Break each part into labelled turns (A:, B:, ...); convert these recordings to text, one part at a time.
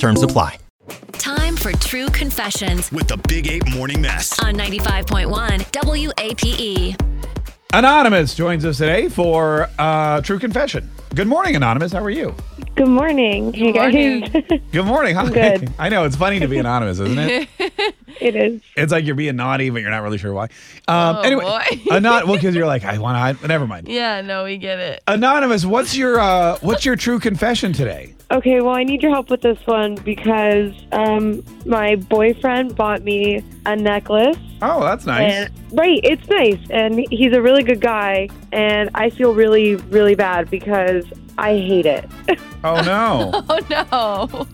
A: Terms apply.
B: Time for True Confessions
C: with the Big Eight Morning Mess.
B: on 95.1 WAPE.
D: Anonymous joins us today for uh, True Confession. Good morning, Anonymous. How are you?
E: Good morning. Hey guys.
D: Good morning. Hi.
E: Good.
D: I know it's funny to be anonymous, isn't it?
E: it is.
D: It's like you're being naughty, but you're not really sure why. Um,
F: Oh,
D: anyway,
F: boy.
D: anon- well, because you're like, I want to. Never mind.
F: Yeah, no, we get it.
D: Anonymous, what's your uh, what's your true confession today?
E: Okay, well, I need your help with this one because um, my boyfriend bought me a necklace.
D: Oh, that's nice.
E: And, right, it's nice. And he's a really good guy. And I feel really, really bad because I hate it.
D: Oh no,
F: Oh no.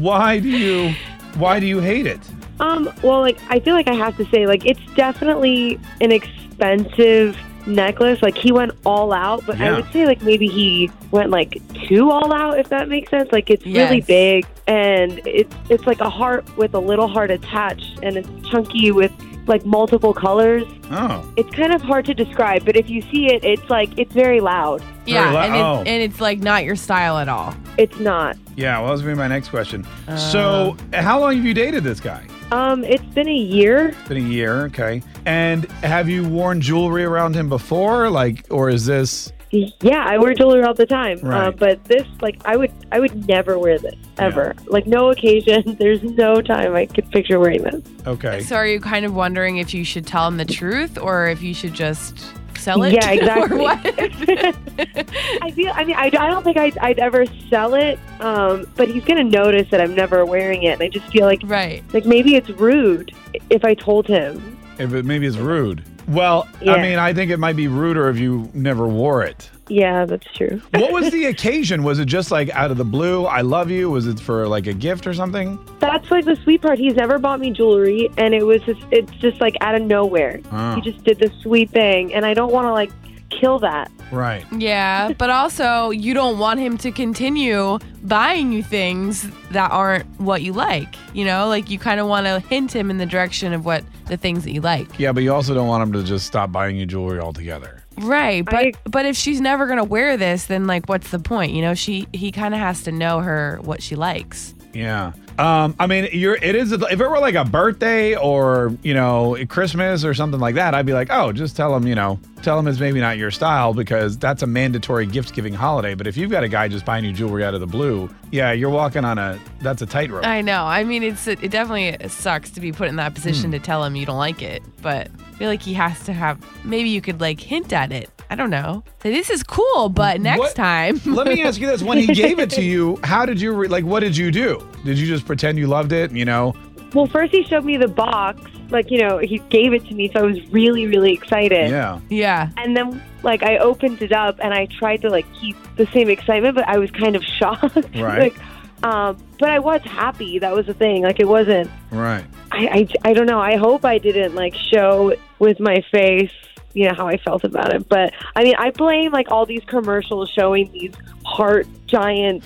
D: why do you why do you hate it?
E: Um, well, like, I feel like I have to say, like, it's definitely an expensive necklace. Like, he went all out, but
D: Yeah.
E: I would say, like, maybe he went, like, too all out, if that makes sense. Like, it's really
F: Yes.
E: big, and it's, it's like a heart with a little heart attached, and it's chunky with, like, multiple colors.
D: Oh,
E: It's kind of hard to describe, but if you see it, it's, like, it's very loud.
F: Yeah,
D: Very lo-
F: and,
D: oh.
F: it's, and it's like not your style at all.
E: It's not.
D: yeah. Well, that was gonna be my next question. so,
F: Uh.
D: how long have you dated this guy?
E: Um, it's been a year.
D: Been a year, okay. And have you worn jewelry around him before, like, or is this?
E: Yeah, I wear jewelry all the time. Uh,
D: Right.
E: but this, like, I would, I would never wear this ever. Like, no occasion. There's no time I could picture wearing this.
D: Okay.
F: Um, So are you kind of wondering if you should tell him the truth or if you should just sell it?
E: Yeah,
F: or
E: exactly.
F: what?
E: I feel. I mean, I, I don't think I'd, I'd ever sell it. Um, but he's gonna notice that I'm never wearing it, and I just feel like,
F: right.
E: like maybe it's rude if I told him.
D: If it maybe it's rude. Well,
E: Yeah.
D: I mean, I think it might be ruder if you never wore it.
E: Yeah, that's true.
D: What was the occasion? Was it just like out of the blue? I love you. Was it for like a gift or something?
E: That's like the sweet part. He's never bought me jewelry, and it was just, it's just like out of nowhere.
D: Oh,
E: He just did this sweet thing, and I don't want to like kill that.
D: right.
F: Yeah, but also you don't want him to continue buying you things that aren't what you like. You know, like you kind of want to hint him in the direction of what the things that you like.
D: Yeah, but you also don't want him to just stop buying you jewelry altogether.
F: Right, but
E: I-
F: but if she's never gonna wear this, then like, what's the point? You know, she he kind of has to know her what she likes.
D: Yeah. Um, I mean, you're. It is. If it were like a birthday or you know Christmas or something like that, I'd be like, oh, just tell him. You know, tell him it's maybe not your style because that's a mandatory gift giving holiday. But if you've got a guy just buying you jewelry out of the blue, yeah, you're walking on a. That's a tightrope.
F: I know. I mean, it's it definitely sucks to be put in that position to tell him you don't like it, but I feel like he has to have. Maybe you could like hint at it. I don't know. Say, This is cool, but next
D: What-
F: time.
D: Let me ask you this: When he gave it to you, how did you re- like? What did you do? Did you just pretend you loved it? You know?
E: Well, first he showed me the box. Like, you know, he gave it to me, so I was really, really excited.
D: Yeah.
F: yeah.
E: And then, like, I opened it up and I tried to, like, keep the same excitement, but I was kind of shocked.
D: Right.
E: like, um, but I was happy. That was the thing. Like, it wasn't,
D: Right.
E: I, I, I don't know. I hope I didn't, like, show with my face, you know, how I felt about it. But, I mean, I blame, like, all these commercials showing these heart giant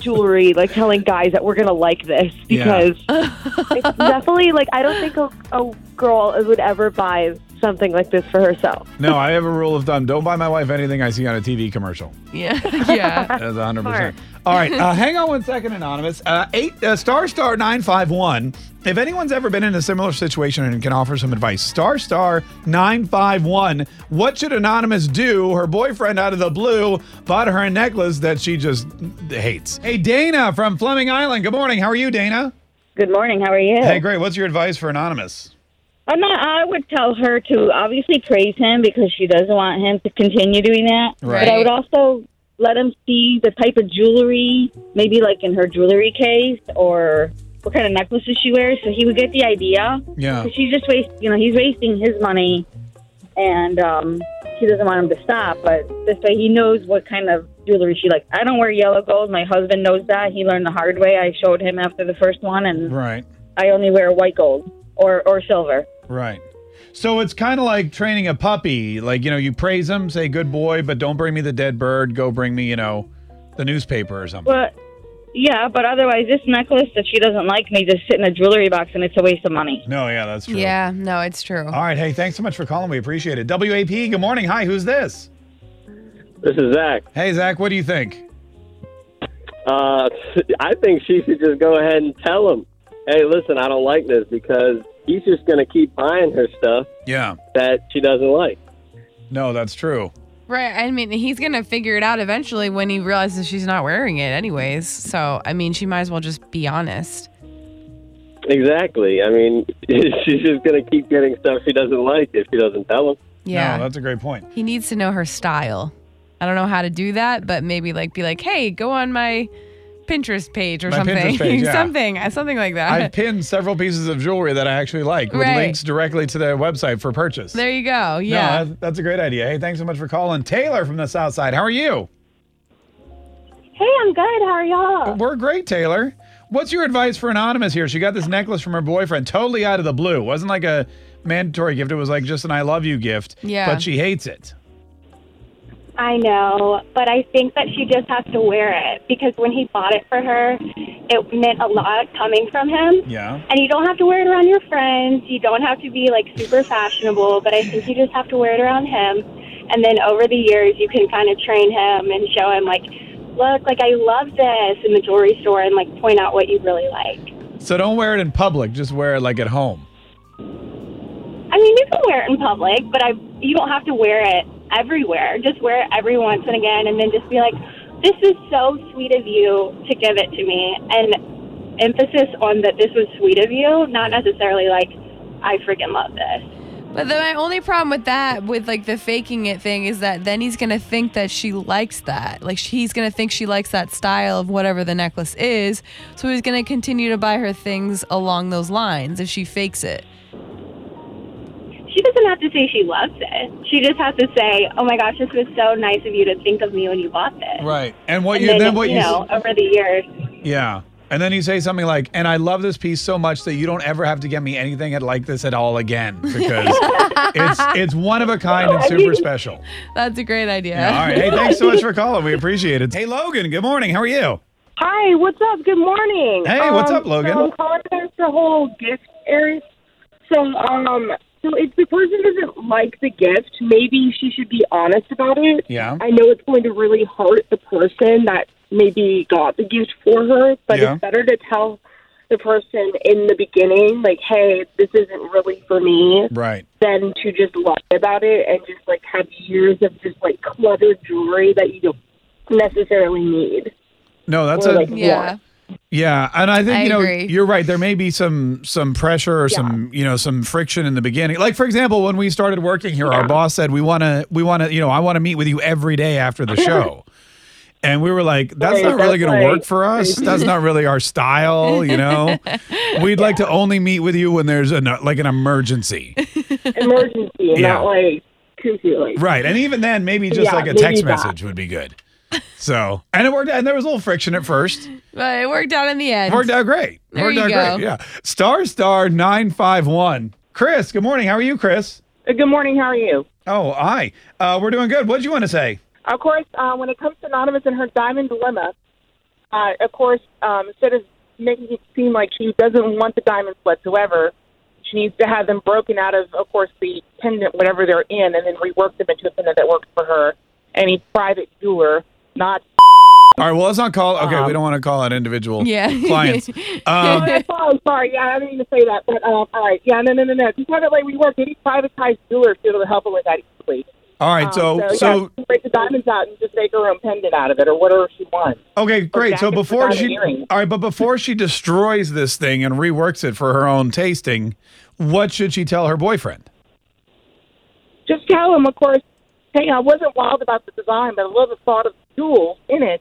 E: jewelry, like, telling guys that we're going to like this
D: Yeah.
E: because it's definitely like I don't think a, a girl would ever buy something like this for herself.
D: No, I have a rule of thumb: don't buy my wife anything I see on a TV commercial.
F: yeah. Yeah.
D: That's 100. percent All right, uh, hang on one second, anonymous. Uh, eight uh, star star nine five one. If anyone's ever been in a similar situation and can offer some advice, star star nine five one. What should anonymous do? Her boyfriend out of the blue bought her a necklace that she just hates. Hey, Dana from Fleming Island. Good morning. How are you, Dana?
G: Good morning. How are you?
D: Hey, great. What's your advice for anonymous?
G: I'm not, I would tell her to obviously praise him because she doesn't want him to continue doing that.
D: Right.
G: But I would also let him see the type of jewelry, maybe like in her jewelry case or what kind of necklaces she wears, so he would get the idea.
D: Yeah.
G: Because she's just waste, you know, he's wasting his money
E: and um, she doesn't want him to stop. But this way, he knows what kind of jewelry she likes. I don't wear yellow gold. My husband knows that. He learned the hard way. I showed him after the first one, and
D: Right.
E: I only wear white gold or or silver.
D: Right. So it's kind of like training a puppy. Like, you know, you praise them, say good boy, but don't bring me the dead bird. Go bring me, you know, the newspaper or something.
E: But yeah, but otherwise, this necklace that she doesn't like may just sit in a jewelry box, and it's a waste of money.
D: no, yeah, that's true.
F: Yeah, no, it's true.
D: All right. Hey, thanks so much for calling. We appreciate it. WAP, good morning. Hi, who's this?
H: This is Zach.
D: Hey, Zach, what do you think?
H: Uh, I think she should just go ahead and tell him, hey, listen, I don't like this because he's just going to keep buying her stuff
D: Yeah.
H: that she doesn't like.
D: No, that's true.
F: Right. I mean, he's going to figure it out eventually when he realizes she's not wearing it, anyways. So, I mean, she might as well just be honest.
H: Exactly. I mean, she's just going to keep getting stuff she doesn't like if she doesn't tell him.
F: Yeah.
D: No, that's a great point.
F: he needs to know her style. I don't know how to do that, but maybe like be like, hey, go on my Pinterest page or
D: My
F: something.
D: Pinterest page, yeah.
F: something, uh, something like that.
D: I pinned several pieces of jewelry that I actually like with
F: Right.
D: links directly to their website for purchase.
F: there you go. Yeah.
D: No, that's, that's a great idea. Hey, thanks so much for calling. Taylor from the South Side, how are you?
I: Hey, I'm good. How are y'all?
D: We're great, Taylor. What's your advice for Anonymous here? She got this necklace from her boyfriend totally out of the blue. wasn't like a mandatory gift. It was like just an I love you gift.
F: Yeah.
D: But she hates it.
I: I know, but I think that she just has to wear it because when he bought it for her, it meant a lot coming from him.
D: Yeah.
I: And you don't have to wear it around your friends. You don't have to be like super fashionable, but I think you just have to wear it around him. And then over the years, you can kind of train him and show him, like, look, like I love this in the jewelry store and like point out what you really like.
D: So don't wear it in public. Just wear it like at home.
I: I mean, you can wear it in public, but I you don't have to wear it everywhere. Just wear it every once and again, and then just be like, "This is so sweet of you to give it to me." And emphasis on that this was sweet of you, not necessarily like, "I freaking love this."
F: But then my only problem with that, with like the faking it thing, is that then he's gonna think that she likes that. Like he's gonna think she likes that style of whatever the necklace is. So he's gonna continue to buy her things along those lines if she fakes it.
I: She doesn't have to say she loves it. She just has to say, "Oh my gosh, this was so nice of you to think of me when you bought this."
D: Right. And what
I: And
D: you
I: then,
D: then, what
I: you
D: you
I: know, over the years,
D: yeah. And then you say something like, "And I love this piece so much that you don't ever have to get me anything at- like this at all again because it's it's one of a kind and super special."
F: That's a great idea.
D: All right. Hey, thanks so much for calling. We appreciate it. Hey, Logan. Good morning. How are you?
I: Hi, what's up? Good morning.
D: Hey, what's up, Logan?
I: So I'm calling about the whole gift area. So, um, so if the person doesn't like the gift, maybe she should be honest about it.
D: Yeah.
I: I know it's going to really hurt the person that maybe got the gift for her, but
D: Yeah.
I: it's better to tell the person in the beginning, like, hey, this isn't really for me,
D: Right.
I: than to just lie about it and just like have years of just like cluttered jewelry that you don't necessarily need.
D: No, that's
I: Or,
D: a
I: like,
F: Yeah.
D: Yeah, and I think
F: I
D: you know
F: agree.
D: you're right. There may be some some pressure or some you know some friction in the beginning. Like for example, when we started working here, our boss said we want to we want to you know I want to meet with you every day after the show, and we were like, that's
I: Right,
D: not really
I: that's
D: going to work
I: like
D: for us. That's not really our style. You know, we'd like to only meet with you when there's an like an emergency,
I: emergency,
D: Yeah.
I: not like cuckoo. Like,
D: right? And even then, maybe just
I: Yeah,
D: like a
I: maybe
D: text
I: that.
D: message would be good. So and it worked, out, and there was a little friction at first.
F: But it worked out in the end.
D: Worked out great.
F: There
D: Worked
F: you
D: out
F: go.
D: great. Yeah. Star Star nine five one. Chris, good morning. How are you, Chris?
I: Uh, Good morning. How are you?
D: Oh, hi. Uh, we're doing good. What'd you want to say?
I: Of course, uh, when it comes to Anonymous and her diamond dilemma, uh, of course, um, instead of making it seem like she doesn't want the diamonds whatsoever, she needs to have them broken out of, of course, the pendant, whatever they're in, and then rework them into a pendant that works for her. Any private jeweler, not.
D: All right. Well, let's not call. Okay, we don't want to call out individual
F: Um, Yeah.
D: clients. Um,
I: Oh, sorry, sorry. Yeah, I didn't mean to say that. But um, all right, yeah, no, no, no, no. Just have it like reworked. Any privatized jeweler should be helping with that easily.
D: all right. So,
I: Um, yeah,
D: so
I: she can break the diamonds out and just make her own pendant out of it or whatever she wants.
D: okay, great. So
I: jackets
D: before
I: without
D: she,
I: earrings.
D: all right, but before she destroys this thing and reworks it for her own tasting, what should she tell her boyfriend?
I: Just tell him, of course, hey, I wasn't wild about the design, but I love the thought of jewels in it,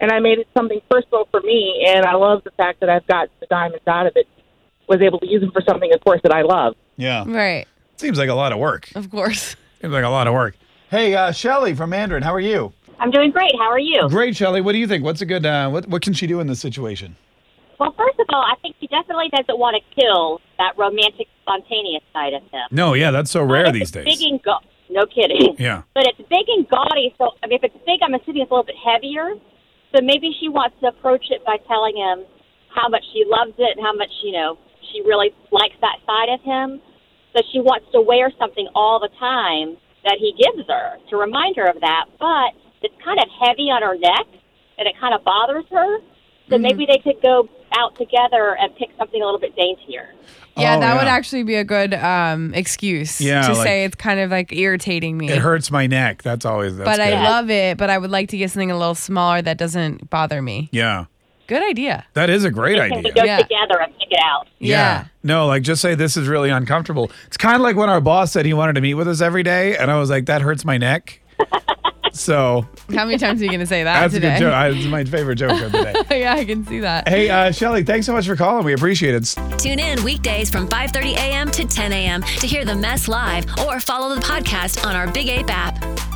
I: and I made it something personal for me, and I love the fact that I've got the diamonds out of it, was able to use them for something, of course, that I love.
D: Yeah.
F: Right.
D: Seems like a lot of work.
F: Of course.
D: Seems like a lot of work. Hey, uh, Shelly from Mandarin, how are you?
I: I'm doing great. How are you?
D: Great, Shelly. What do you think? What's a good, uh, what, what can she do in this situation?
I: Well, first of all, I think he definitely doesn't want to kill that romantic, spontaneous side of him.
D: No, yeah, that's so rare
I: But
D: these
I: it's
D: days.
I: Big and ga- no kidding.
D: Yeah.
I: But it's big and gaudy, so I mean, if it's big, I'm assuming it's a little bit heavier. So maybe she wants to approach it by telling him how much she loves it and how much you know she really likes that side of him. So she wants to wear something all the time that he gives her to remind her of that. But it's kind of heavy on her neck, and it kind of bothers her. So
D: Mm-hmm.
I: maybe they could go out together and pick something a little bit daintier.
F: Yeah,
D: Oh,
F: that would
D: yeah.
F: actually be a good um, excuse
D: Yeah,
F: to
D: like-
F: say it's kind of like irritating me.
D: It hurts my neck. That's always, that's
F: but I
D: good.
F: love it, but I would like to get something a little smaller that doesn't bother me.
D: yeah,
F: Good idea.
D: that is a great
I: They
D: idea.
I: could go
F: Yeah.
I: together and pick it out.
F: Yeah.
D: No, like just say this is really uncomfortable. It's kind of like when our boss said he wanted to meet with us every day, and I was like, that hurts my neck. so
F: How many times are you going to say that
D: that's a
F: today?
D: good joke. I- It's my favorite joke of the day.
F: yeah, I can see that.
D: Hey, uh, Shelly, thanks so much for calling. We appreciate it.
B: Tune in weekdays from 5:30 a.m. to 10 a.m. to hear the mess live or follow the podcast on our Big Ape app.